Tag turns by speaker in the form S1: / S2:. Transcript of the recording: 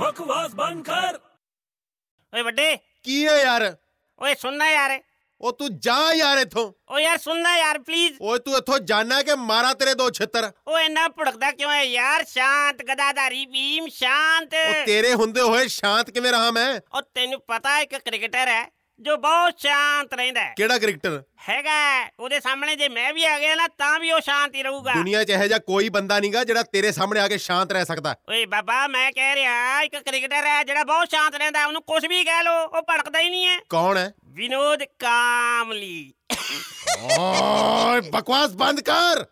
S1: ਬਕਵਾਸ ਬੰਦ ਕਰ
S2: ਓਏ ਵੱਡੇ
S3: ਕੀ ਹੈ ਯਾਰ
S2: ਓਏ ਸੁਣਨਾ ਯਾਰ
S3: ਉਹ ਤੂੰ ਜਾ ਯਾਰ ਇੱਥੋਂ
S2: ਓ ਯਾਰ ਸੁਣਨਾ ਯਾਰ ਪਲੀਜ਼
S3: ਓਏ ਤੂੰ ਇੱਥੋਂ ਜਾਣਾ ਕਿ ਮਾਰਾ ਤੇਰੇ ਦੋ ਛਿੱਤਰ
S2: ਓ ਇੰਨਾ ਭੜਕਦਾ ਕਿਉਂ ਹੈ ਯਾਰ ਸ਼ਾਂਤ ਗਦਾਦਾਰੀ ਭੀਮ ਸ਼ਾਂਤ
S3: ਉਹ ਤੇਰੇ ਹੁੰਦੇ ਹੋਏ ਸ਼ਾਂਤ ਕਿਵੇਂ ਰਹਾ ਮੈਂ
S2: ਓ ਤੈਨੂੰ ਪਤਾ ਇੱਕ ਕ੍ਰਿਕਟਰ ਹੈ ਜੋ ਬਹੁਤ ਸ਼ਾਂਤ ਰਹਿੰਦਾ ਹੈ।
S3: ਕਿਹੜਾ ਕ੍ਰਿਕਟਰ
S2: ਹੈਗਾ ਹੈ। ਉਹਦੇ ਸਾਹਮਣੇ ਜੇ ਮੈਂ ਵੀ ਆ ਗਿਆ ਨਾ ਤਾਂ ਵੀ ਉਹ ਸ਼ਾਂਤ ਹੀ ਰਹੂਗਾ
S3: ਦੁਨੀਆ 'ਚ ਇਹੋ ਜਿਹਾ ਕੋਈ ਬੰਦਾ ਨਹੀਂਗਾ ਜਿਹੜਾ ਤੇਰੇ ਸਾਹਮਣੇ ਆ ਕੇ ਸ਼ਾਂਤ ਰਹਿ ਸਕਦਾ
S2: ਓਏ ਬਾਬਾ ਮੈਂ ਕਹਿ ਰਿਹਾ ਇੱਕ ਕ੍ਰਿਕਟਰ ਹੈ ਜਿਹੜਾ ਬਹੁਤ ਸ਼ਾਂਤ ਰਹਿੰਦਾ ਉਹਨੂੰ ਕੁਝ ਵੀ ਕਹਿ ਲੋ ਉਹ ਭੜਕਦਾ ਹੀ ਨਹੀਂ ਹੈ
S3: ਕੌਣ ਹੈ
S2: ਵਿਨੋਦ ਕਾਮਲੀ
S3: ਓਏ ਬਕਵਾਸ ਬੰਦ ਕਰ